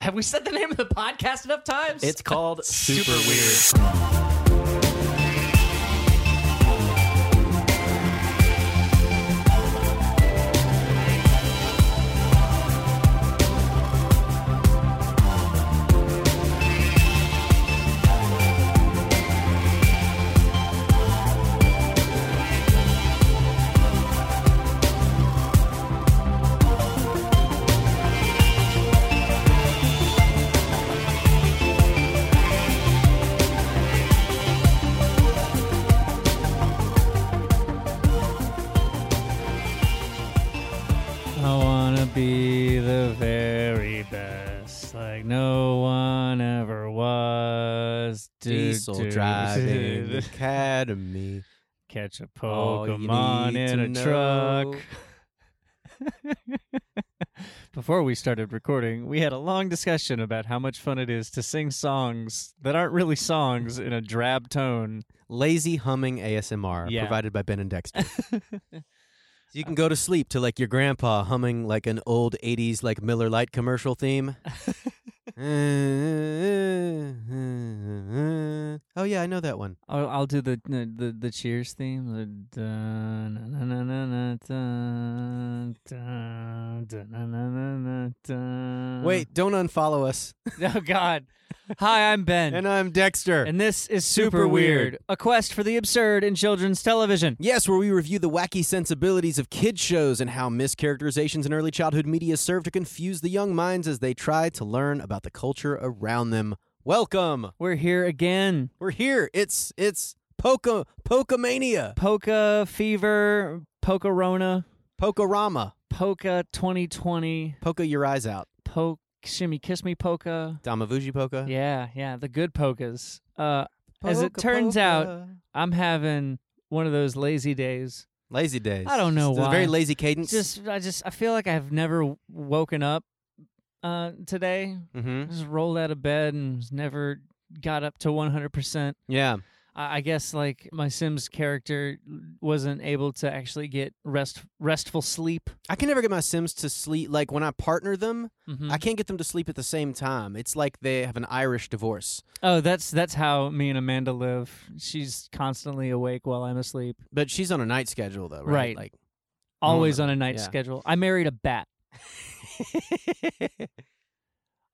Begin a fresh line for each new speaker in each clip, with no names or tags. Have we said the name of the podcast enough times?
It's called Super Weird.
I wanna be the very best, like no one ever was. Do,
Diesel
do,
Driving
do.
Academy.
Catch a
All you
Pokemon
need
in
to
a truck.
know.
Before we started recording, we had a long discussion about how much fun it is to sing songs that aren't really songs in a drab tone.
Lazy humming ASMR
Yeah.
provided by Ben and Dexter. so you can go to sleep to like your grandpa humming like an old 80s like Miller Lite commercial theme. oh yeah, I know that one.
I'll, I'll do the the the, the Cheers theme. The dun, na, na, na, na, dun, dun, dun, na, na, na, na, dun.
Wait, don't unfollow us.
Oh God! Hi, I'm Ben,
And I'm Dexter.
and this is
Super
Super,
Weird.
Weird, a quest for the absurd in children's television.
Yes, where we review the wacky sensibilities of kids shows and how mischaracterizations in early childhood media serve to confuse the young minds as they try to learn about the culture around them. Welcome.
We're here again.
We're here. It's it's Poke Pokemania.
Polka fever, Polka Rona,
Pokorama.
Polka 2020,
Poke your eyes out.
Poke Shimmy Kiss Me Polka.
Damavuji Poke.
Yeah, yeah, the good polkas. Uh, as it turns out, I'm having one of those lazy days.
lazy days.
I don't know
It's a
why.
very lazy cadence.
Just, I just, I feel like I've never w- woken up uh, today.
hmm
Just rolled out of bed and just never got up to 100. percent
Yeah.
I I guess like my Sims character wasn't able to actually get rest restful sleep.
I can never get my Sims to sleep. Like when I partner them,
hmm
I can't get them to sleep at the same time. It's like they have an Irish divorce.
oh, that's that's how me and Amanda live. She's constantly awake while I'm asleep,
But she's on a night schedule though, right?
Right.
Like
always
no,
on a night
yeah.
schedule. I married a bat.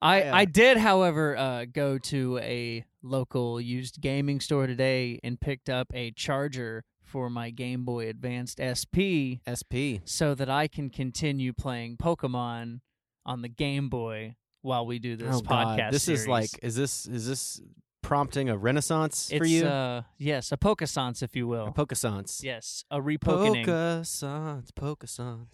I, I
Yeah.
did, however, uh, go to a local used gaming store today and picked up a charger for my Game Boy Advanced SP
SP.
so that I can continue playing Pokemon on the Game Boy while we do this
oh,
podcast.
God. This is
series.
like is this is this prompting a renaissance
it's,
for you?
Uh, yes, a Pokesance, if you
a
will.
Pokesance.
yes, a repokening.
Pocasons, Pocasons.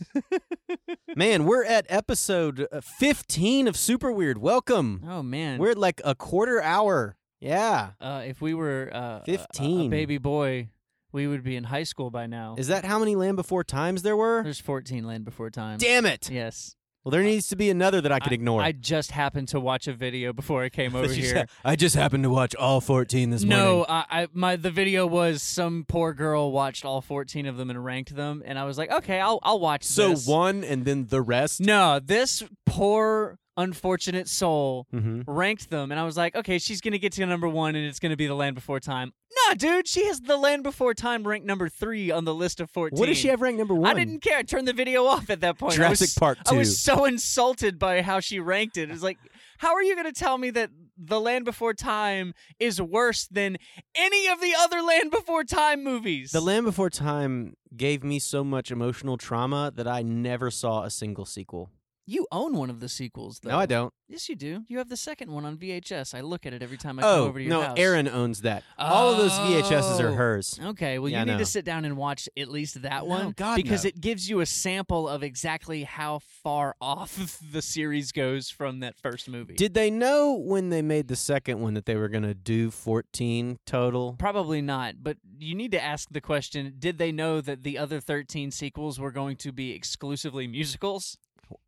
Man, we're at episode uh, 15 of Super Weird. Welcome.
Oh man,
We're at like a quarter hour. Yeah.
uh, if we were uh, a- a- a
15.
baby boy, we would be in high school by now.
Is that how many Land Before Times there were?
There's 14 Land Before Time.
Damn it.
Yes.
Well, there needs to be another that I could ignore.
I just happened to watch a video before I came over
She
here.
said, I just happened to watch all 14 this
no,
morning.
I, I my the video was some poor girl watched all 14 of them and ranked them, and I was like, okay, I'll I'll watch.
So
this.
one and then the rest?
No, this poor unfortunate soul
Mm-hmm.
ranked them, and I was like, okay, she's gonna get to number one, and it's gonna be the Land Before Time. Nah, dude, she has the Land Before Time ranked number three on the list of 14.
What does she have ranked number one?
I didn't care. I turned the video off at that point. I
Jurassic
was-
Park 2.
I was so insulted by how she ranked it. It's like, how are you going to tell me that The Land Before Time is worse than any of the other Land Before Time movies?
The Land Before Time gave me so much emotional trauma that I never saw a single sequel.
you own one of the sequels, though.
No, I don't.
Yes, you do. You have the second one on VHS. I look at it every time I
oh,
come over to your
no,
house.
Erin owns that. All of those VHSs are
Oh.
hers.
Okay, well,
Yeah, I
you need
know.
to sit down and watch at least that
No,
one
God,
because
no.
it gives you a sample of exactly how far off the series goes from that first movie.
Did they know when they made the second one that they were going to do 14 total?
Probably not, but you need to ask the question Did they know that the other 13 sequels were going to be exclusively musicals?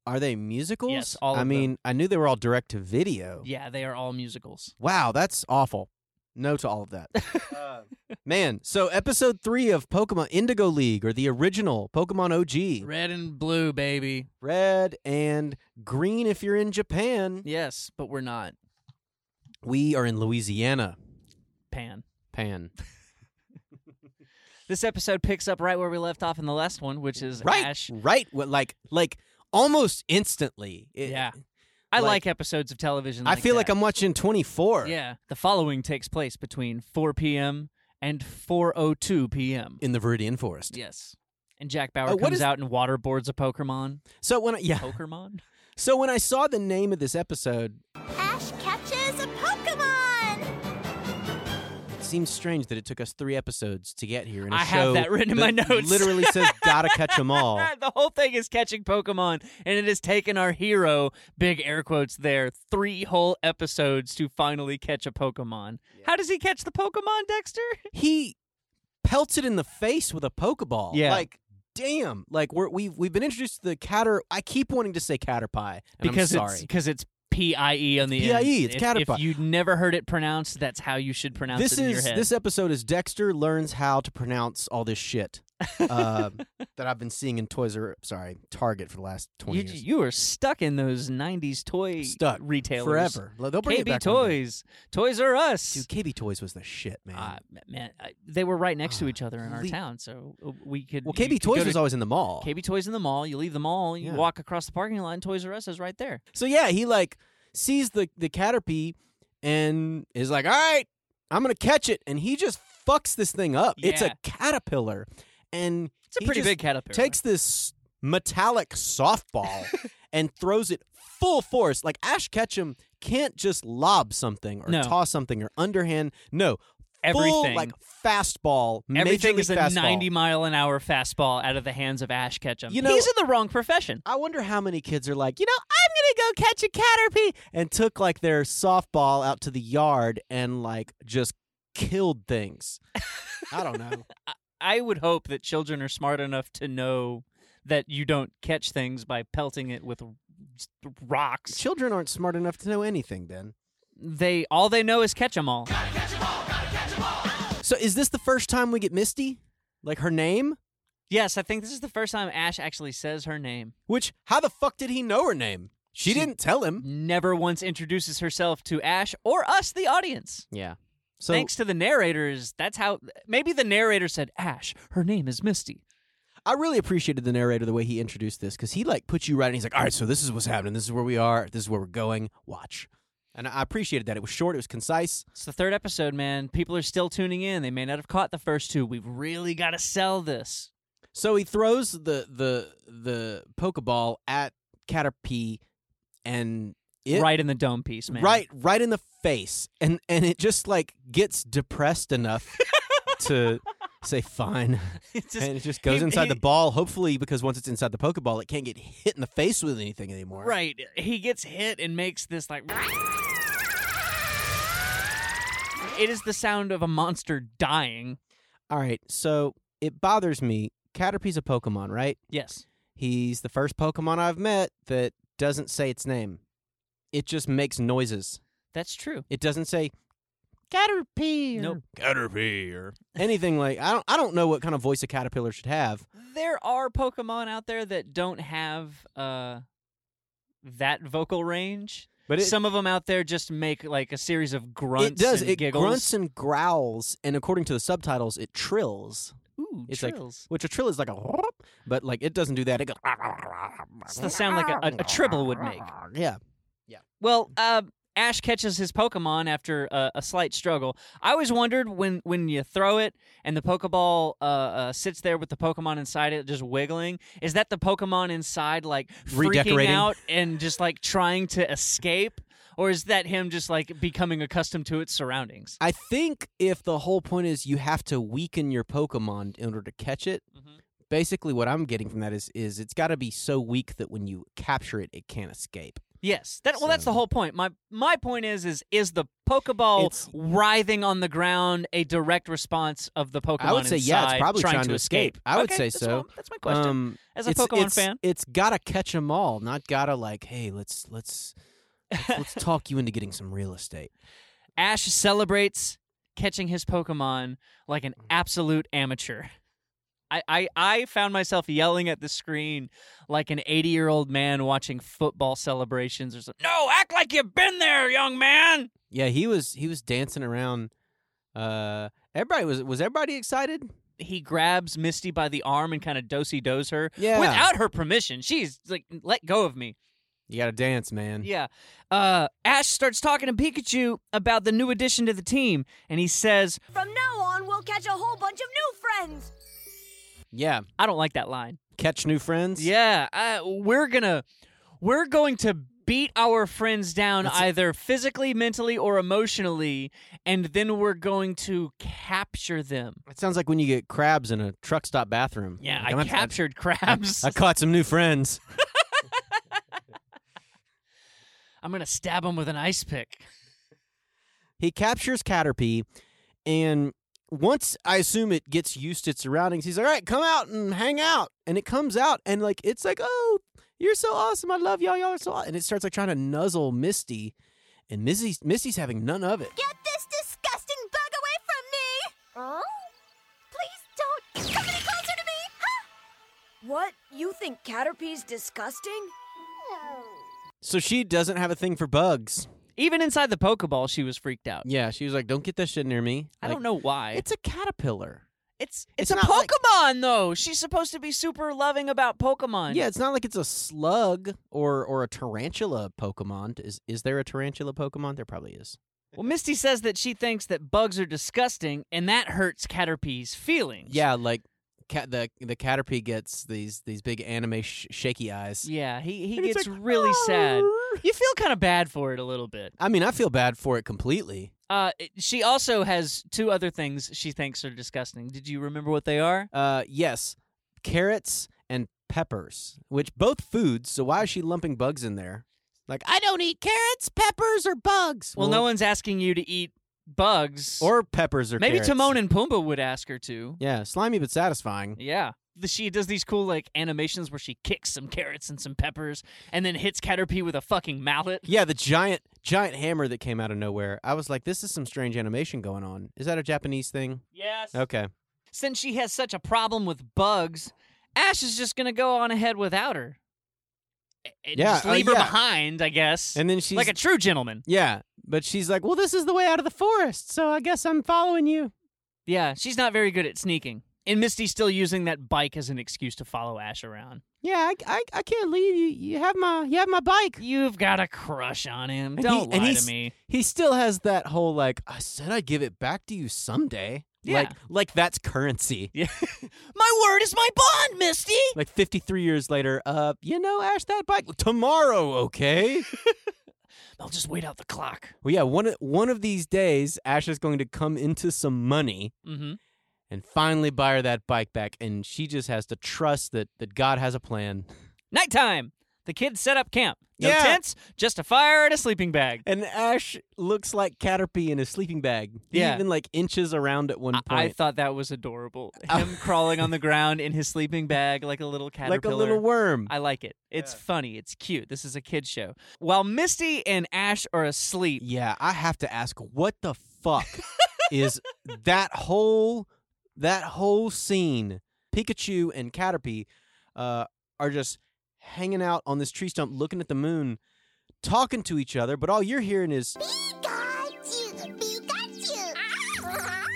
Are they musicals?
Yes, all
I
of
Oh.
them.
mean, I knew they were all direct to video.
Yeah, they are all musicals.
Wow, that's awful. No to all of that. Uh, Man, so episode three of Pokemon Indigo League or the original Pokemon OG,
Red and blue, baby.
red and green if you're in Japan.
Yes, but we're not.
We are in Louisiana,
Pan.
Pan.
This episode picks up right where we left off in the last one, which is
Right,
Ash.
right. Well, like, like almost instantly. It-
Yeah. I
Like-
like, episodes of television.
I feel like I'm watching 24
Yeah. The following takes place between 4 p.m. and 4:02 p.m.
in the Viridian Forest.
Yes. And Jack Bauer
Uh, what
comes
is-
out and waterboards a Pokemon.
So when I, yeah,
Oh. Pokemon.
so when I saw the name of this episode,
Ash catches a Pokemon!
it seems strange that it took us three episodes to get here. And a
I have
show
that written in my notes.
Literally says gotta catch 'em all.
the whole thing is catching Pokemon, and it has taken our hero, big air quotes there, three whole episodes to finally catch a Pokemon. How does he catch the Pokemon, Dexter?
he pelts it in the face with a pokeball.
Yeah.
like damn. Like we're, we've we've been introduced to the catter. I keep wanting to say caterpie and
because
I'm
it's
sorry.
because it's P I E on the end.
PIE, it's
if,
Caterpie.
If you never heard it pronounced, that's how you should pronounce
This
it in
is
your head.
this episode is Dexter learns how to pronounce all this shit uh, that I've been seeing in Toys R sorry Target for the last twenty
you,
years.
you are stuck in those '90s toy
Stuck
retailers
forever. They'll bring it
KB
back one day.
Toys, Toys R Us.
Dude, KB Toys was the shit, man. Ah,
Uh, man, I, they were right next to each other in our
Le-
town, so uh, we could.
well,
you
KB
could go
Toys
to
was always in the mall.
KB Toys in the mall. You leave the mall, you
Yeah.
walk across the parking lot, and Toys R Us is right there.
so yeah, he like sees the the caterpie and is like, "All right, I'm gonna catch it," and he just fucks this thing up. It's
Yeah.
a caterpillar, and
It's a
He
pretty
just
big caterpillar.
takes this metallic softball and throws it full force. Like Ash Ketchum can't just lob something or
No.
toss something or underhand. No,
everything.
full like fastball. major
Everything
league
is a
fastball.
90 mile an hour fastball out of the hands of Ash Ketchum.
You know-
He's in the wrong profession.
I wonder how many kids are like, you know, I'm gonna go catch a caterpie, and took like their softball out to the yard and like just killed things. I don't know.
I would hope that children are smart enough to know that you don't catch things by pelting it with rocks.
Children aren't smart enough to know anything, Ben.
They all they know is catch 'em all.
So is this the first time we get Misty? Like her name?
Yes, I think this is the first time Ash actually says her name.
Which how the fuck did he know her name? She,
She-
didn't tell him.
Never once introduces herself to Ash or us, the audience.
Yeah. So
Thanks to the narrators, that's how maybe the narrator said, Ash, her name is Misty.
I really appreciated the narrator the way he introduced this because he like puts you right and he's like, all right, so this is what's happening. This is where we are. This is where we're going. Watch. And I I appreciated that. It was short. It was concise.
It's the third episode, man. People are still tuning in. They may not have caught the first two. We've really got to sell this.
So he throws the the the pokeball at Caterpie, and it
right in the dome piece, man.
right right in the face, and and it just like gets depressed enough to say fine,
It's just-
and it just goes
he-
inside
he-
the ball. Hopefully, because once it's inside the pokeball, it can't get hit in the face with anything anymore.
right. He gets hit and makes this like. It is the sound of a monster dying.
All right. So it bothers me. Caterpie's a Pokemon, right?
Yes.
He's the first Pokemon I've met that doesn't say its name. It just makes noises.
That's true.
It doesn't say caterpillar.
Nope.
Caterpillar. Anything like I don't I don't know what kind of voice a caterpillar should have.
There are Pokemon out there that don't have uh, that vocal range.
But it
Some of them out there just make like a series of grunts.
it does
and
it
giggles.
grunts and growls and according to the subtitles it trills,
Ooh,
it's like-
trills.
which a trill is like a whoop, but like it doesn't do that. It goes
it's the sound like a, a, a tribble would make.
Yeah.
Well, uh, Ash catches his Pokemon after a, a slight struggle. I always wondered when when you throw it and the Pokeball uh, uh, sits there with the Pokemon inside it just wiggling, is that the Pokemon inside like freaking
Redecorating.
out and just like trying to escape, or is that him just like becoming accustomed to its surroundings?
I think if the whole point is you have to weaken your Pokemon in order to catch it,
Mhm.
basically what I'm getting from that is is it's got to be so weak that when you capture it, it can't escape.
Yes. That well that's the
So-
whole point. My my point is is is the Pokeball
It's-
writhing on the ground a direct response of the Pokemon
I would say, yeah, it's
inside
probably
trying,
trying
to
to
escape.
escape. I would
Okay,
say
that's
so.
my- that's my question.
Um,
As a
it's-
Pokemon
it's-
fan.
it's gotta catch 'em all, not gotta like, hey, let's let's let's, let's talk you into getting some real estate.
Ash celebrates, catching his Pokemon like an absolute amateur. I, I, I found myself yelling at the screen like an 80 year old man watching football celebrations or something. No, act like you've been there, young man.
Yeah, he was he was dancing around. Uh, everybody was was everybody excited?
He grabs Misty by the arm and kind of dosey does her
Yeah,
without her permission. She's like, let go of me.
you got to dance, man.
Yeah. Uh, Ash starts talking to Pikachu about the new addition to the team, and he says,
From now on, we'll catch a whole bunch of new friends.
yeah.
I don't like that line.
Catch new friends.
Yeah, uh, we're gonna we're going to beat our friends down
That's-
either physically, mentally, or emotionally, and then we're going to capture them.
It sounds like when you get crabs in a truck stop bathroom.
Yeah,
Like,
I
I'm gonna-
captured
I-
crabs.
I caught some new friends.
I'm gonna stab them with an ice pick.
He captures Caterpie, and once I assume it gets used to its surroundings, he's like, "All right, come out and hang out." And it comes out, and like it's like, "Oh, you're so awesome! I love y'all. Y'all are so." aw-" And it starts like trying to nuzzle Misty, and Missy's Misty's having none of it.
Get this disgusting bug away from me! Oh? Please don't come any closer to me! Huh?
What? You think Caterpie's disgusting?
So she doesn't have a thing for bugs.
Even inside the Pokeball, she was freaked out.
Yeah, she was like, "Don't get that shit near me."
I don't know why.
It's a caterpillar.
It's
it's
it's, a
not like-
Pokemon though. She's supposed to be super loving about Pokemon.
Yeah, it's not like it's a slug or or a tarantula Pokemon. Is is there a tarantula Pokemon? There probably is.
Well, Misty says that she thinks that bugs are disgusting, and that hurts Caterpie's feelings.
Yeah, like cat the the Caterpie gets these these big anime sh- shaky eyes.
Yeah, he he
And it's
gets
like, "Oh."
really sad.
"Arr."
You feel kind of bad for it a little bit.
I mean, I feel bad for it completely.
Uh, it- she also has two other things she thinks are disgusting. Did you remember what they are?
Uh, yes, carrots and peppers, which both foods. So why is she lumping bugs in there? Like I don't eat carrots, peppers, or bugs.
Well, no one's asking you to eat bugs.
or peppers or
maybe
carrots.
Timon and Pumbaa would ask her to.
Yeah, slimy but satisfying.
Yeah. The- She does these cool like animations where she kicks some carrots and some peppers, and then hits Caterpie with a fucking mallet.
Yeah, the giant giant hammer that came out of nowhere. I was like, this is some strange animation going on. Is that a Japanese thing?
Yes.
Okay.
Since she has such a problem with bugs, Ash is just gonna go on ahead without her. A- and
Yeah,
just
uh,
leave her
yeah.
behind, I guess.
And then she's
like a true gentleman.
Yeah, but she's like, "Well, this is the way out of the forest, so I guess I'm following you."
Yeah, she's not very good at sneaking. And Misty's still using that bike as an excuse to follow Ash around.
Yeah, I, I, I can't leave you. You have my you have my bike.
You've got a crush on him.
And
Don't
he- and
lie to
he's-
me.
He still has that whole like, "I said I'd give it back to you someday."
Yeah.
Like like that's currency.
Yeah. my word is my bond, Misty.
Like 53 years later, uh, you know, Ash, that bike tomorrow, okay?
I'll just wait out the clock.
well, yeah, one of- one of these days, Ash is going to come into some money
Mm-hmm.
and finally buy her that bike back, and she just has to trust that that God has a plan.
Nighttime. The kids set up camp. No
Yeah.
tents, just a fire and a sleeping bag.
And Ash looks like Caterpie in a sleeping bag. He
Yeah.
even like inches around at one
I-
point.
I thought that was adorable. Him crawling on the ground in his sleeping bag like a little caterpillar.
like a little worm.
I like it. It's funny. It's cute. This is a kid show. While Misty and Ash are asleep,
yeah, I have to ask, what the fuck is that whole that whole scene? Pikachu and Caterpie uh, are just hanging out on this tree stump, looking at the moon, talking to each other. But all you're hearing is
Pikachu! Pikachu!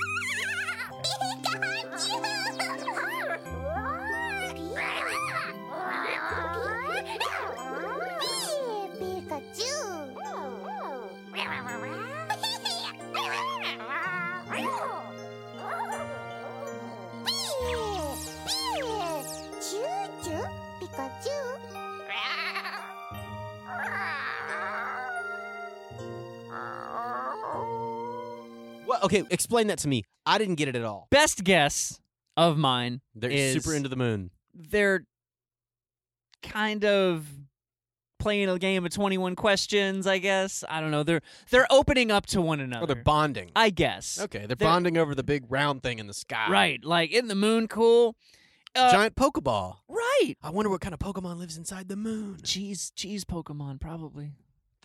what? Okay, explain that to me. I didn't get it at all.
best guess of mine,
They're
Is-
super into the moon.
they're kind of playing a game of 21 questions, I guess. I don't know. They're they're opening up to one another.
Oh, they're bonding.
I guess.
okay, they're,
they're-
bonding over the big round thing in the sky.
Right. Like in the moon cool. Uh,
Giant Pokeball.
right.
I wonder what kind of Pokemon lives inside the moon.
Cheese cheese Pokemon probably.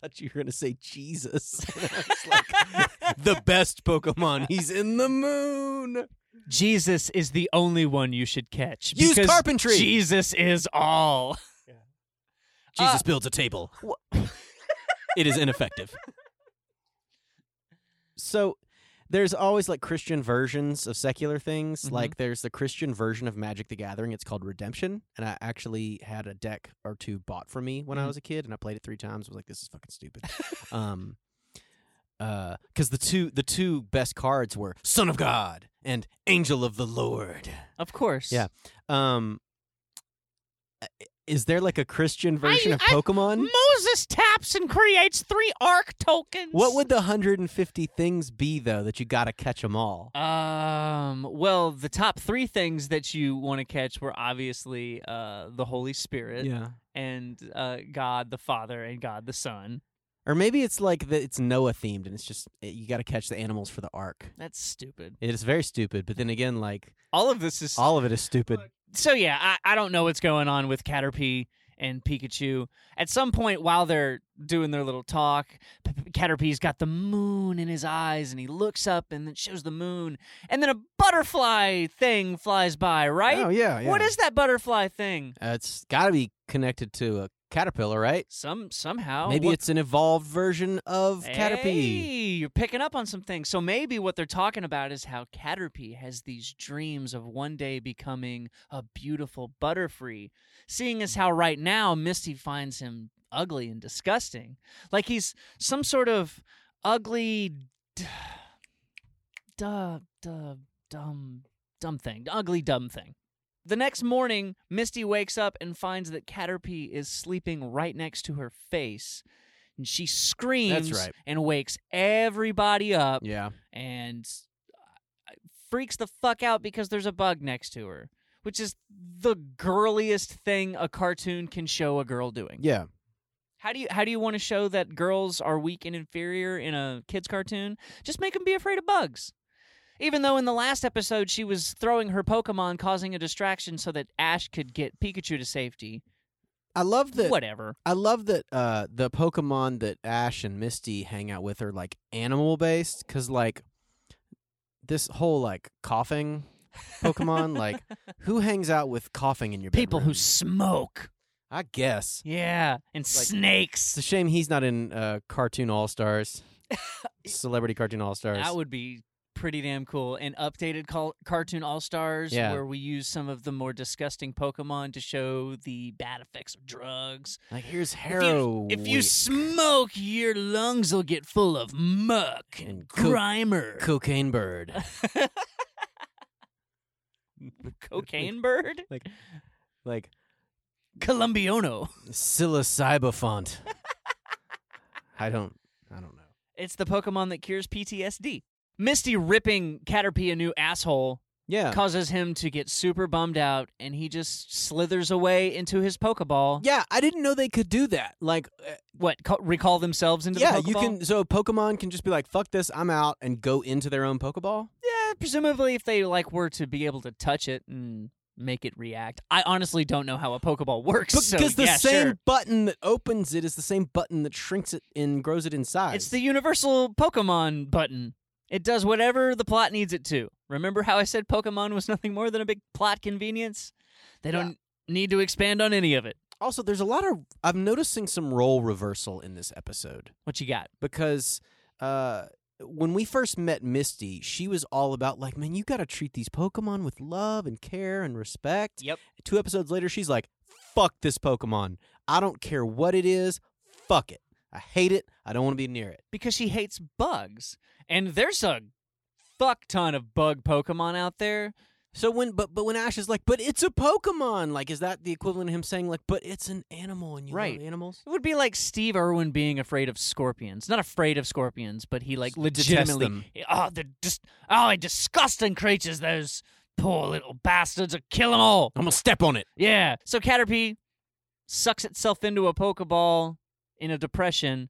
thought you were going to say Jesus. And I was like, the best Pokemon. He's in the moon.
Jesus is the only one you should catch.
Use
because
carpentry.
Jesus is all. Uh,
Jesus builds a table. it is ineffective. So there's always like Christian versions of secular things.
Mhm.
Like there's the Christian version of Magic the Gathering. It's called Redemption. And I actually had a deck or two bought from me when I
Mhm.
was a kid and I played it three times. I was like, this is fucking stupid. um uh because the two the two best cards were Son of God and Angel of the Lord.
Of course.
Yeah. Um uh, i- is there like a Christian version of
I-
Pokemon?
Moses taps and creates three arc tokens.
What would the 150 things be though that you got to catch them all?
Um. Well, the top three things that you want to catch were obviously uh, the Holy Spirit
yeah.
and uh, God the Father and God the Son.
Or maybe it's like that it's Noah themed and it's just eh, you got to catch the animals for the ark.
That's stupid.
It is very stupid, but then again like
All of this is
all of it is stupid.
so. Yeah, I, I don't know what's going on with Caterpie and Pikachu. At some point, while they're doing their little talk, P- P- Caterpie's got the moon in his eyes, and he looks up and it shows the moon, and then a butterfly thing flies by. Right?
Oh yeah,
What is that butterfly thing?
Uh, it's got to be connected to a caterpillar, right?
Some somehow
maybe
Oh, what-
it's an evolved version of Caterpie.
Hey, you're picking up on some things. So maybe what they're talking about is how Caterpie has these dreams of one day becoming a beautiful butterfree, seeing as how right now Misty finds him ugly and disgusting. Like he's some sort of ugly d- duh duh dumb dumb thing. Ugly dumb thing. The next morning, Misty wakes up and finds that Caterpie is sleeping right next to her face. And she screams
right.
and wakes everybody up
Yeah.
and uh, freaks the fuck out because there's a bug next to her, which is the girliest thing a cartoon can show a girl doing.
Yeah.
How do you how do you want to show that girls are weak and inferior in a kids cartoon? Just make them be afraid of bugs. Even though in the last episode she was throwing her Pokemon, causing a distraction so that Ash could get Pikachu to safety.
I love that
Whatever.
I love that uh, the Pokemon that Ash and Misty hang out with are like animal based because like this whole like coughing Pokemon like who hangs out with coughing in your
People who
bedroom?
smoke,
I guess
yeah, and
it's
snakes.
a shame he's not in uh, Cartoon All Stars, Celebrity Cartoon All Stars.
That would be pretty damn cool. An updated col- cartoon All Stars,
Yeah.
where we use some of the more disgusting Pokemon to show the bad effects of drugs.
like here's
If you-
Harrow.
If you, smoke, your lungs will get full of muck and
And co-
grimer.
Cocaine Bird.
Cocaine bird?
like like
Columbiano.
psilocybofont. I don't I don't know.
It's the Pokemon that cures PTSD. Misty ripping Caterpie a new asshole
Yeah.
causes him to get super bummed out, and he just slithers away into his Pokeball.
Yeah, I didn't know they could do that. Like, uh,
What, co- recall themselves into
yeah,
the Pokeball?
you can. So Pokemon can just be like, "Fuck this, I'm out," and go into their own Pokeball.
Yeah, presumably if they like were to be able to touch it and make it react. I honestly don't know how a Pokeball works.
Because
so,
the
yeah,
same
sure.
button that opens it is the same button that shrinks it and grows it in size.
It's the universal Pokemon button. It does whatever the plot needs it to. Remember how I said Pokemon was nothing more than a big plot convenience? They don't need to expand on any of it.
also there's a lot of I'm noticing some role reversal in this episode
What you got?
because uh, when we first met Misty, she was all about like, "Man, you got to treat these Pokemon with love and care and respect."
Yep.
Two episodes later, she's like, "Fuck this Pokemon. I don't care what it is. Fuck it. I hate it. I don't want to be near it."
Because she hates bugs. And there's a fuck ton of bug Pokemon out there.
So when but but when Ash is like, but it's a Pokemon, like is that the equivalent of him saying like, but it's an animal and you
Right.
love animals?
It would be like Steve Irwin being afraid of scorpions. Not afraid of scorpions, but he like
Just detests
legitimately
them.
Oh, they're just oh, disgusting creatures those poor little bastards. I kill them all.
I'm gonna step on it.
Yeah. So Caterpie sucks itself into a Pokeball in a depression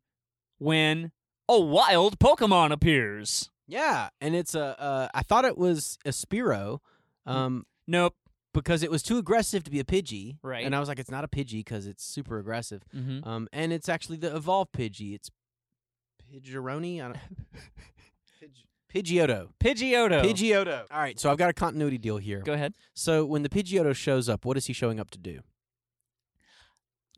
when a wild Pokemon appears. Mm-hmm.
Yeah, and it's a. Uh, I thought it was a Spiro, um,
Nope.
because it was too aggressive to be a Pidgey.
Right.
And I was like, it's not a Pidgey because it's super aggressive.
Mm-hmm.
Um, and it's actually the evolved Pidgey. It's Pidgeroni. I don't. Pidge- Pidgeotto.
Pidgeotto.
Pidgeotto. All right, so I've got a continuity deal here.
Oh. Go ahead.
So when the Pidgeotto shows up, what is he showing up to do?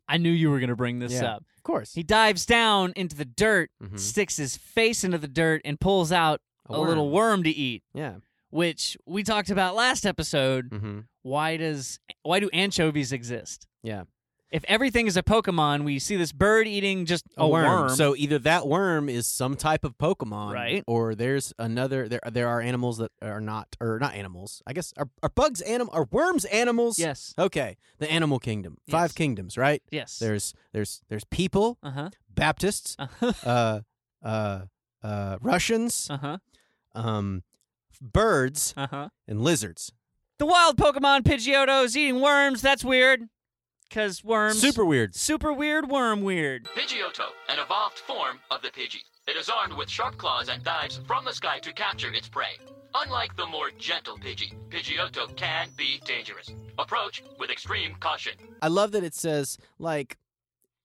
I knew you were going to bring this
Yeah.
up.
Of course,
He dives down into the dirt,
Mhm.
sticks his face into the dirt, and pulls out Mm-hmm. a, little worm to eat,
Yeah.
which we talked about last episode.
Mm-hmm.
Why does why do anchovies exist?
Yeah.
If everything is a Pokemon, we see this bird eating just a, worm.
So either that worm is some type of Pokemon,
Right.
Or there's another. There, there are animals that are not, or not animals. I guess are, are bugs animal? Are worms animals?
yes,
Okay. The animal kingdom.
Yes.
Five kingdoms, right?
yes.
There's there's there's people,
Uh huh.
Baptists,
Uh huh.
uh, uh, uh, Russians,
Uh huh.
um, birds,
Uh huh.
and lizards.
The wild Pokemon Pidgeotto is eating worms. That's weird. Cause worms.
Super weird.
super weird worm weird.
Pidgeotto, an evolved form of the Pidgey. It is armed with sharp claws and dives from the sky to capture its prey. Unlike the more gentle Pidgey, Pidgeotto can be dangerous. Approach with extreme caution.
I love that it says like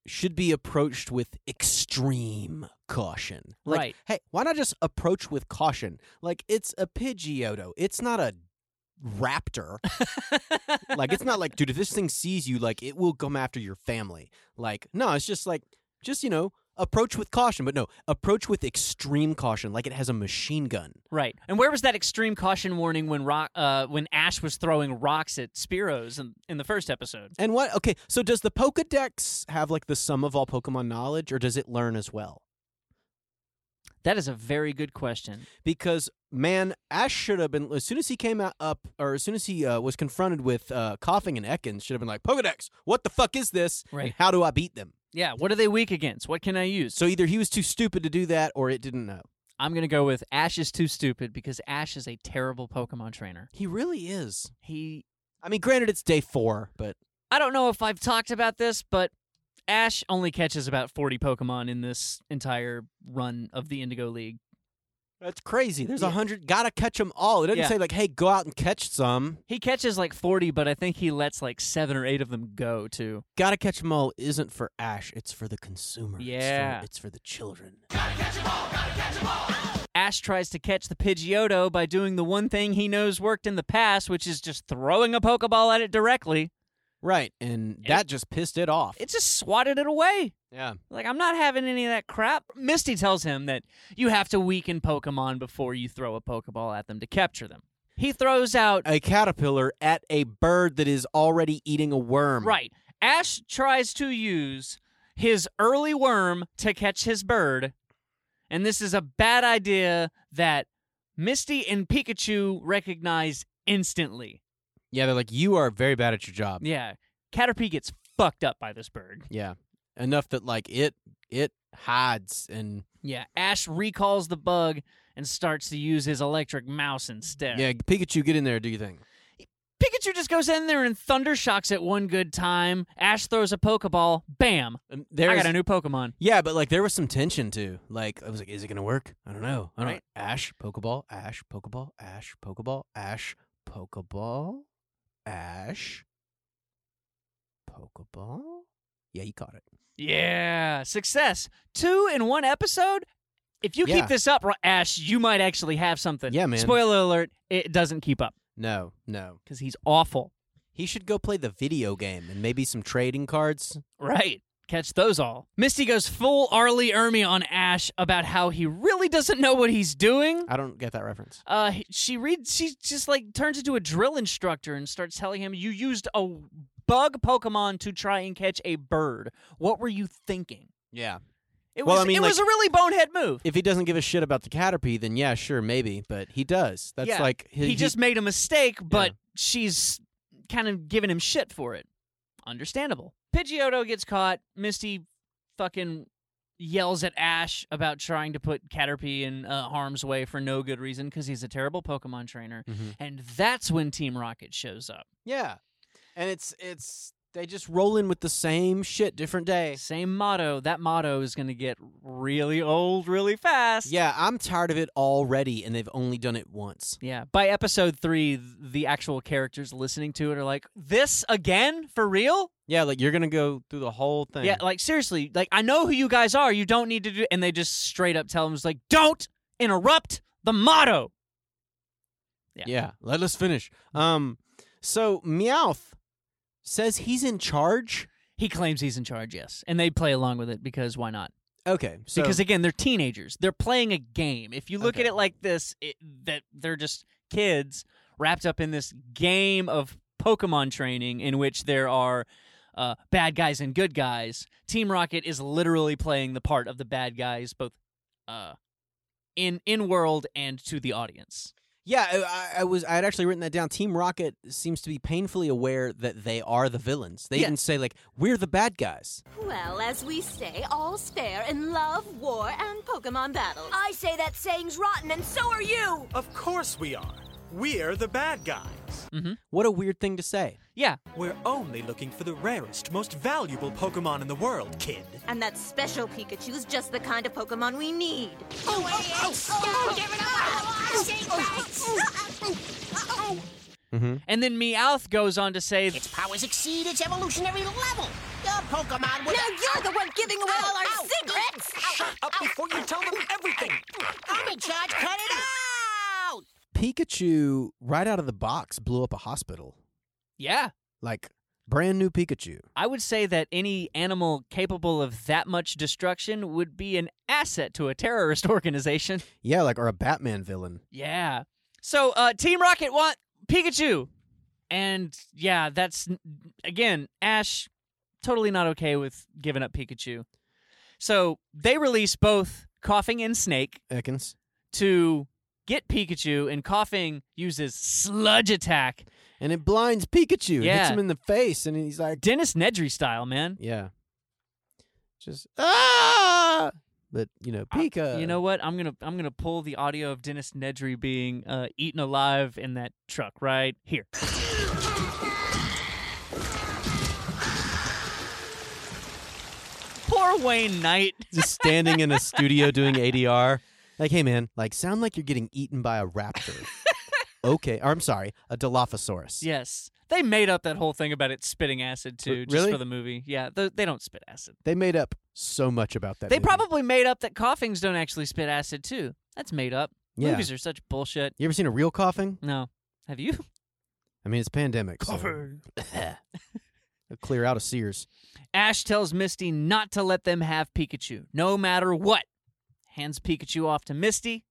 should be approached with extreme caution. Like,
Right.
Hey, why not just approach with caution? Like it's a Pidgeotto. It's not a raptor. like it's not like, dude, if this thing sees you, like it will come after your family. Like no, it's just like just you know approach with caution, but no approach with extreme caution. Like it has a machine gun.
Right. And where was that extreme caution warning when rock uh, when Ash was throwing rocks at Spiros in, in the first episode?
And what? Okay, so does the Pokedex have like the sum of all Pokemon knowledge, or does it learn as well?
That is a very good question.
because man, Ash should have been as soon as he came out up, or as soon as he uh, was confronted with uh, coughing and Ekans, should have been like Pokedex. What the fuck is this?
Right.
And how do I beat them?
Yeah, what are they weak against? What can I use?
So either he was too stupid to do that, or it didn't know.
I'm going to go with Ash is too stupid because Ash is a terrible Pokemon trainer.
He really is.
He
I mean, granted, it's day four, but
I don't know if I've talked about this, but Ash only catches about 40 Pokemon in this entire run of the Indigo League.
that's crazy. There's a
Yeah.
hundred. Gotta catch them all. It doesn't
Yeah.
say like, hey, go out and catch some.
He catches like 40, but I think he lets like 7 or 8 of them go too.
Gotta catch them all isn't for Ash. It's for the consumer. It's for-
Yeah.
it's for the children.
Ash tries to catch the Pidgeotto by doing the one thing he knows worked in the past, which is just throwing a Pokeball at it directly.
Right, and that just pissed it off.
It just swatted it away.
yeah.
Like, I'm not having any of that crap. Misty tells him that you have to weaken Pokemon before you throw a Pokeball at them to capture them. He throws out.
a caterpillar at a bird that is already eating a worm.
Right. Ash tries to use his early worm to catch his bird. And this is a bad idea that Misty and Pikachu recognize instantly.
Yeah, they're like, you are very bad at your job.
Yeah. Caterpie gets fucked up by this bird.
Yeah. Enough that like it it hides and
Yeah. Ash recalls the bug and starts to use his electric mouse instead.
yeah, Pikachu, get in there, do you think?
Pikachu just goes in there and thunder shocks at one good time. Ash throws a Pokeball. Bam.
And there's
I got a new Pokemon.
Yeah, but like there was some tension too. Like I was like, is it gonna work? I don't know. I don't
Right.
know. Ash, Pokeball, Ash, Pokeball, Ash, Pokeball, Ash, Pokeball, Ash, Pokeball. Yeah, you caught it.
Yeah, success. Two in one episode. If you
Yeah.
keep this up, Ra- Ash, you might actually have something.
Yeah, man.
Spoiler alert: it doesn't keep up
No, no.
because he's awful.
He should go play the video game and maybe some trading cards.
Right. Catch those all. Misty goes full Arlie Ermy on Ash about how he really doesn't know what he's doing.
I don't get that reference.
Uh, he- she reads. She just like turns into a drill instructor and starts telling him, "You used a bug Pokemon to try and catch a bird. What were you thinking?"
Yeah.
It
Well,
was.
I mean,
it
like-
was a really bonehead move.
If he doesn't give a shit about the Caterpie, then yeah, sure, maybe. But he does. That's
Yeah,
like
he, just made a mistake, but she's kind of giving him shit for it. Understandable. Pidgeotto gets caught. Misty fucking yells at Ash about trying to put Caterpie in uh, harm's way for no good reason because he's a terrible Pokemon trainer.
Mhm.
And that's when Team Rocket shows up.
yeah, and it's it's They just roll in with the same shit, different day.
Same motto. That motto is going to get really old really fast.
Yeah, I'm tired of it already, and they've only done it once.
Yeah. By episode three, th- the actual characters listening to it are like, this again? For real?
Yeah, like you're gonna go through the whole thing.
Yeah. Like, seriously, like, I know who you guys are. You don't need to do And they just straight up tell them, it's like, don't interrupt the motto. Yeah.
Yeah, let us finish. Um, so Meowth says he's in charge.
He claims he's in charge, yes. And they play along with it because why not?
Okay, so
because again, they're teenagers. They're playing a game. If you look
Okay.
at it like this, it, that they're just kids wrapped up in this game of Pokemon training, in which there are uh, bad guys and good guys. Team Rocket is literally playing the part of the bad guys, both uh, in in world and to the audience.
yeah, I- I, I was I had actually written that down. Team Rocket seems to be painfully aware that they are the villains. They
Yeah.
even say like we're the bad guys.
Well, as we say, all's fair in love, war, and Pokemon battles.
I say that saying's rotten, and so are you!
Of course we are. We're the bad guys.
What a weird thing to say.
Yeah,
We're only looking for the rarest, most valuable Pokemon in the world, kid.
And that special Pikachu's just the kind of Pokemon we need.
Oh,
and then Meowth goes on to say,
Its powers exceed its evolutionary level. The Pokemon would.
Now you're the one giving away all our secrets!
Shut up before you tell them everything!
I'm in charge. Cut it out.
Pikachu right out of the box blew up a hospital.
"Yeah,
Like brand new Pikachu.
I would say that any animal capable of that much destruction would be an asset to a terrorist organization."
Yeah, like or a Batman villain.
Yeah. So uh Team Rocket want Pikachu. And yeah, that's again, Ash totally not okay with giving up Pikachu. So they release both Coughing and Snake
Ekans.
to get Pikachu and Coughing uses Sludge Attack.
And it blinds Pikachu. It hits
Yeah.
him in the face and he's like
Dennis Nedry style, man.
Yeah. Just ah but you know,
I-
Pika
You know what? I'm going to I'm going to pull the audio of Dennis Nedry being uh eaten alive in that truck right here. Poor Wayne Knight.
just standing in a studio doing ADR. Like, hey man, like sound like you're getting eaten by a raptor. okay, or I'm sorry, a Dilophosaurus.
Yes. They made up that whole thing about it spitting acid too,
R-
just
really?
for the movie. Yeah, th- they don't spit acid.
They made up so much about that.
they
movie.
probably made up that coughings don't actually spit acid too. That's made up.
Yeah.
Movies are such bullshit.
You ever seen a real coughing?
No, have you?
I mean, it's pandemic. Coughing. clear out of Sears.
Ash tells Misty not to let them have Pikachu, no matter what. Hands Pikachu off to Misty,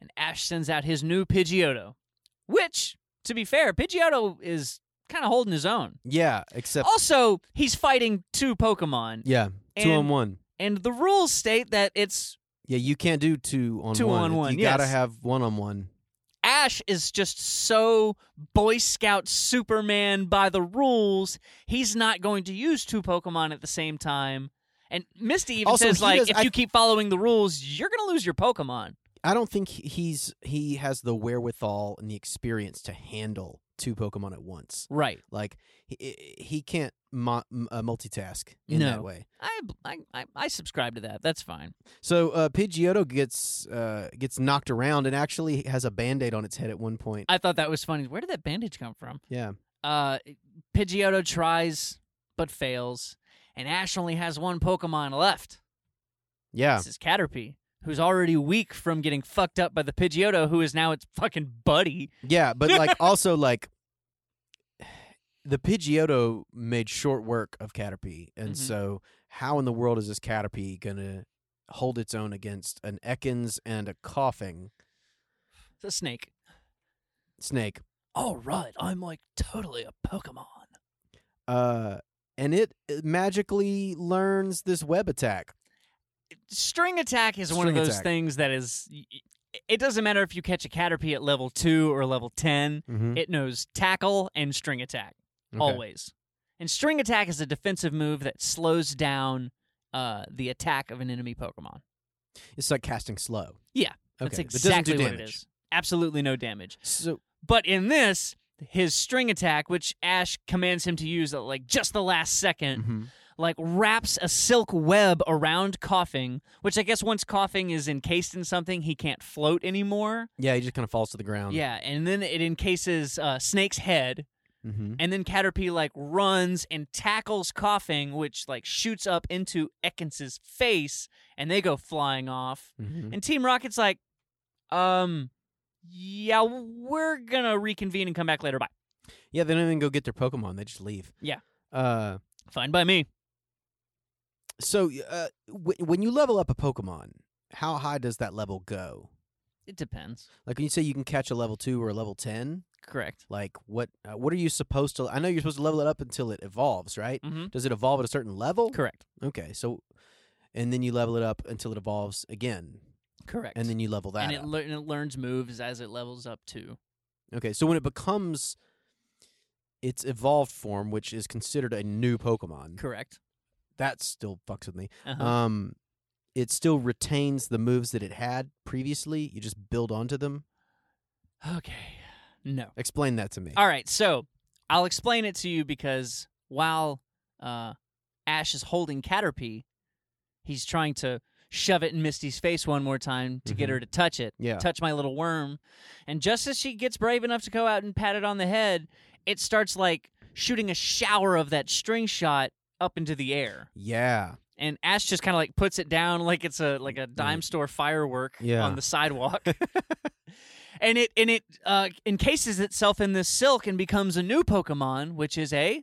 and Ash sends out his new Pidgeotto, which, to be fair, Pidgeotto is kind of holding his own.
Yeah, except
Also, he's fighting two Pokemon,
yeah, two on
and-
one.
and the rules state that it's
Yeah, you can't do two on
Two
one.
on one,
You gotta
yes.
have one on one.
Ash is just so Boy Scout Superman by the rules. He's not going to use two Pokemon at the same time. And Misty even
Also,
says,
he
like,
does-
if
I-
you keep following the rules, you're going to lose your Pokemon.
I don't think he- he's he has the wherewithal and the experience to handle two Pokemon at once.
Right.
Like he, eh, he can't mo- m- uh, multitask in that
No.
way.
I, I I I subscribe to that. That's fine.
So uh, Pidgeotto gets uh, gets knocked around and actually has a band-aid on its head at one point.
I thought that was funny. Where did that bandage come from?
yeah,
Uh, Pidgeotto tries but fails, and Ash only has one Pokemon left.
yeah.
This is Caterpie, who's already weak from getting fucked up by the Pidgeotto, who is now its fucking buddy.
Yeah, but like also like the Pidgeotto made short work of Caterpie, and
Mhm.
so how in the world is this Caterpie gonna hold its own against an Ekans and a coughing
It's a snake.
snake?
All right, I'm like totally a Pokemon.
Uh, and it it magically learns this web attack.
String attack is one of
String
those
attack.
things that is. It doesn't matter if you catch a Caterpie at level two or level ten.
Mm-hmm.
It knows tackle and string attack. always. And string attack is a defensive move that slows down uh, the attack of an enemy Pokemon.
It's like casting slow.
Yeah,
Okay,
that's
but it doesn't do
exactly what it
damage.
is. Absolutely no damage.
So
But in this, his string attack, which Ash commands him to use at like just the last 2nd
Mm-hmm.
like wraps a silk web around coughing, which I guess once coughing is encased in something, he can't float anymore.
Yeah, he just kind of falls to the ground.
Yeah, and then it encases uh, Snake's head,
Mm-hmm.
and then Caterpie like runs and tackles coughing, which like shoots up into Ekans' face, and they go flying off.
hmm
And Team Rocket's like, um, yeah, we're gonna reconvene and come back later. Bye.
Yeah, they don't even go get their Pokemon. They just leave.
Yeah.
Uh,
Fine by me.
so uh, w- when you level up a Pokemon, how high does that level go?
It depends.
Like when you say you can catch a level two or a level ten,
Correct.
like what uh, what are you supposed to? I know you're supposed to level it up until it evolves, right?
Mm-hmm.
Does it evolve at a certain level?
Correct.
Okay, so and then you level it up until it evolves again,
Correct.
and then you level that.
and
up.
it, lear- and it learns moves as it levels up too.
Okay, so when it becomes its evolved form, which is considered a new Pokemon,
Correct.
that still fucks with me.
Uh-huh.
Um, it still retains the moves that it had previously. You just build onto them.
okay. No.
Explain that to me.
All right. So I'll explain it to you because while uh, Ash is holding Caterpie, he's trying to shove it in Misty's face one more time to get
Mhm.
her to touch it.
Yeah.
Touch my little worm. And just as she gets brave enough to go out and pat it on the head, it starts like shooting a shower of that string shot up into the air.
Yeah.
and Ash just kind of like puts it down like it's a like a dime
Right.
store firework
Yeah.
on the sidewalk. and it and it uh, encases itself in this silk and becomes a new Pokemon, which is a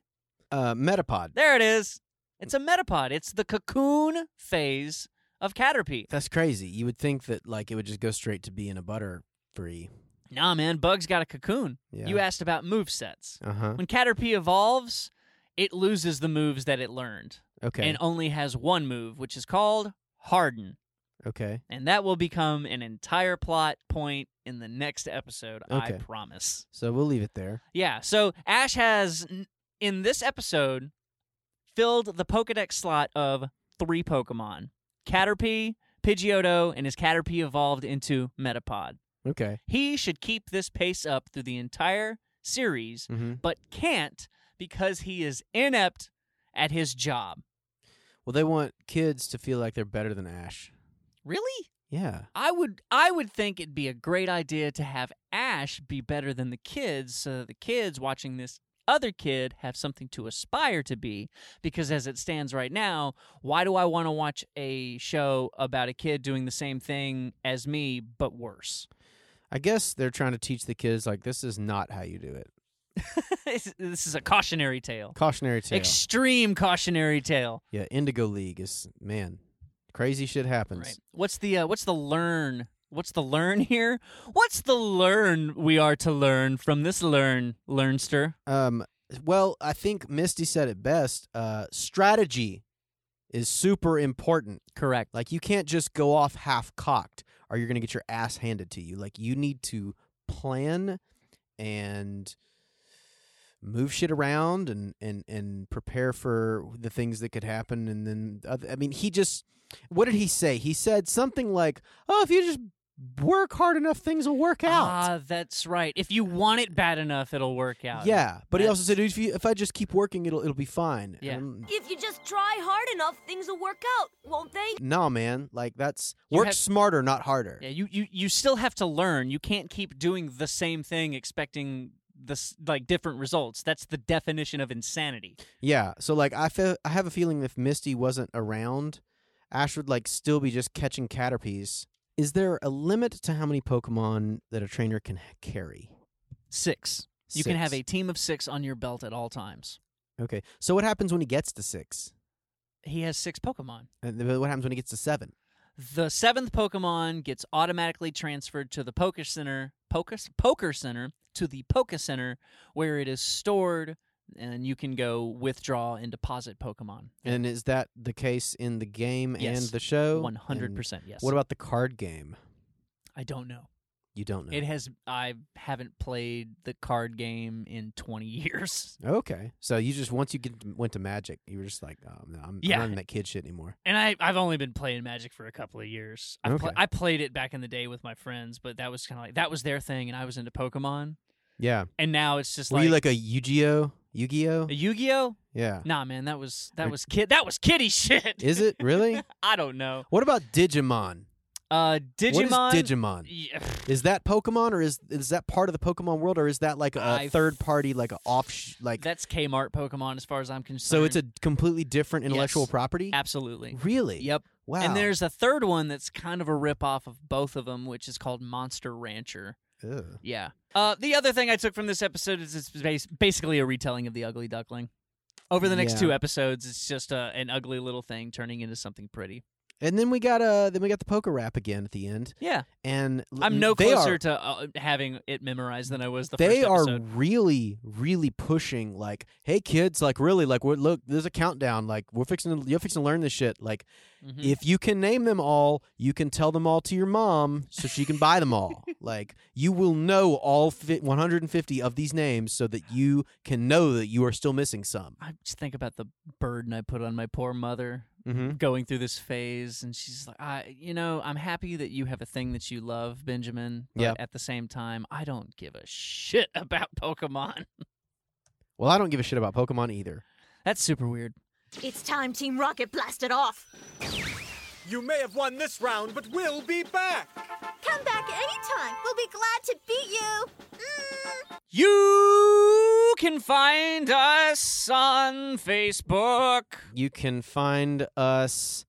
Uh, Metapod.
there it is. It's a Metapod. It's the cocoon phase of Caterpie.
That's crazy. You would think that like it would just go straight to being a Butterfree.
Nah, man, Bug's got a cocoon.
Yeah.
You asked about move sets.
Uh huh.
When Caterpie evolves, it loses the moves that it learned
Okay.
and only has one move, which is called Harden.
okay.
And that will become an entire plot point in the next episode, I
Okay.
promise.
So we'll leave it there.
Yeah, so Ash has, n- in this episode, filled the Pokedex slot of three Pokemon Caterpie, Pidgeotto, and his Caterpie evolved into Metapod.
Okay.
He should keep this pace up through the entire series,
Mm-hmm.
but can't because he is inept at his job.
Well, they want kids to feel like they're better than Ash.
Really?
Yeah.
I would I would think it'd be a great idea to have Ash be better than the kids so that the kids watching this other kid have something to aspire to be because as it stands right now, why do I want to watch a show about a kid doing the same thing as me but worse?
I guess they're trying to teach the kids like this is not how you do it.
this this is a cautionary tale.
Cautionary tale.
Extreme cautionary tale.
yeah, Indigo League is man, crazy shit happens.
Right. What's the uh, what's the learn? What's the learn here? What's the learn we are to learn from this learn learnster?
Um, well, I think Misty said it best. Uh, strategy is super important.
Correct.
Like you can't just go off half cocked, or you're gonna get your ass handed to you. Like you need to plan and move shit around and and and prepare for the things that could happen. And then other, I mean, he just what did he say? He said something like, "Oh, if you just work hard enough, things will work out."
Ah, that's right. If you want it bad enough, it'll work out.
yeah, but he also
That's-
said, "If you, if I just keep working, it'll it'll be fine."
Yeah.
And I'm-
If you just try hard enough, things will work out, won't they?
no, man. Like that's
You
work
have-
smarter, not harder.
Yeah, you, you you still have to learn. You can't keep doing the same thing expecting this like different results. That's the definition of insanity.
Yeah. So like I feel I have a feeling if Misty wasn't around, Ash would like still be just catching caterpies. Is there a limit to how many Pokemon that a trainer can h- carry?
6. You can have a
Six.
team of 6 on your belt at all times.
Okay. So what happens when he gets to six?
He has 6 Pokemon.
And th- what happens when he gets to seven?
The 7th Pokemon gets automatically transferred to the Poker Center, Poker Poker Center to the Poké Center where it is stored and you can go withdraw and deposit Pokemon.
And is that the case in the game Oh,
Yes.
and the show?
One hundred
And
percent. Yes.
What about the card game?
I don't know.
You don't know.
It has. I haven't played the card game in twenty years,
okay. So you just once you get went to Magic, you were just like, oh, no, I'm
Yeah.
not running that kid shit anymore.
and I I've only been playing Magic for a couple of years. I pla
Okay.
I played it back in the day with my friends, but that was kind of like that was their thing, and I was into Pokemon.
Yeah.
and now it's just
Were
like, Uh,
you like a Yu-Gi-Oh? Yu-Gi-Oh?
a Yu-Gi-Oh.
Yeah.
Nah, man, that was
Or-
that was kid that was kitty shit.
Is it really?
I don't know.
what about Digimon?
Uh, Digimon.
What is Digimon?
Yeah,
Is that Pokemon or is is that part of the Pokemon world or is that like a
I-
third party like a off like
that's Kmart Pokemon, as far as I'm concerned.
so it's a completely different intellectual
Yes.
property?
absolutely.
Really?
Yep.
Wow.
And there's a third one that's kind of a ripoff of both of them, which is called Monster Rancher.
Ugh.
Yeah. Uh, the other thing I took from this episode is it's bas- basically a retelling of the Ugly Duckling. Over the next
Yeah.
two episodes, it's just uh, an ugly little thing turning into something pretty.
And then we got uh then we got the poker rap again at the end.
Yeah,
And l-
I'm no
they
closer
are,
to uh, having it memorized than I was the
they
first
are
episode.
really really pushing like hey kids like really like we're, look there's a countdown like we're fixing to, you're fixing to learn this shit like
Mhm.
if you can name them all you can tell them all to your mom so she can buy them all like you will know all fi- 150 of these names so that you can know that you are still missing some
I just think about the burden I put on my poor mother
mm-hmm.
going through this phase, and she's like, "I, you know, I'm happy that you have a thing that you love, Benjamin. But
Yep.
at the same time, I don't give a shit about Pokemon.
well i don't give a shit about pokemon either
That's super weird.
It's time Team Rocket blasted off.
You may have won this round, but we'll be back.
Come back anytime. We'll be glad to beat you. Mm.
You can find us on Facebook.
you can find us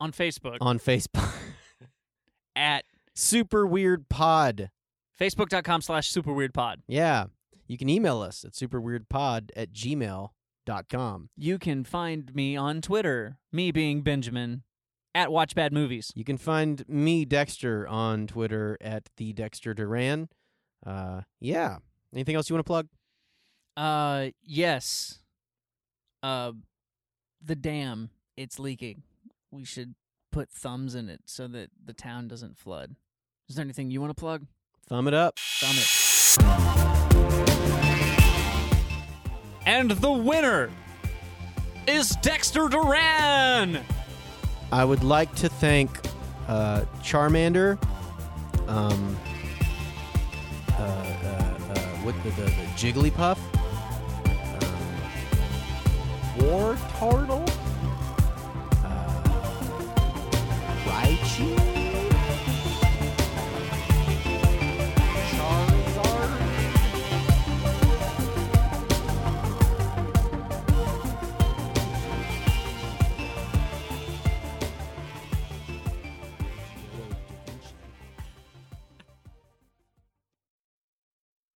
On Facebook
on facebook
at
super weird pod
facebook.com slash superweirdpod.
Yeah. You can email us at superweirdpod at gmail.com.
You can find me on Twitter, me being Benjamin, at Watch Bad Movies.
You can find me, Dexter, on Twitter at the Dexter Duran. Uh, yeah. Anything else you want to plug?
Uh, yes. Uh, the dam. It's leaking. We should put thumbs in it so that the town doesn't flood. Is there anything you want to plug?
Thumb it up.
Thumb it. And the winner is Dexter Duran.
I would like to thank uh, Charmander. Um, uh, uh, uh, what the, the, the Jigglypuff? Um, War Turtle? Uh, Raichu?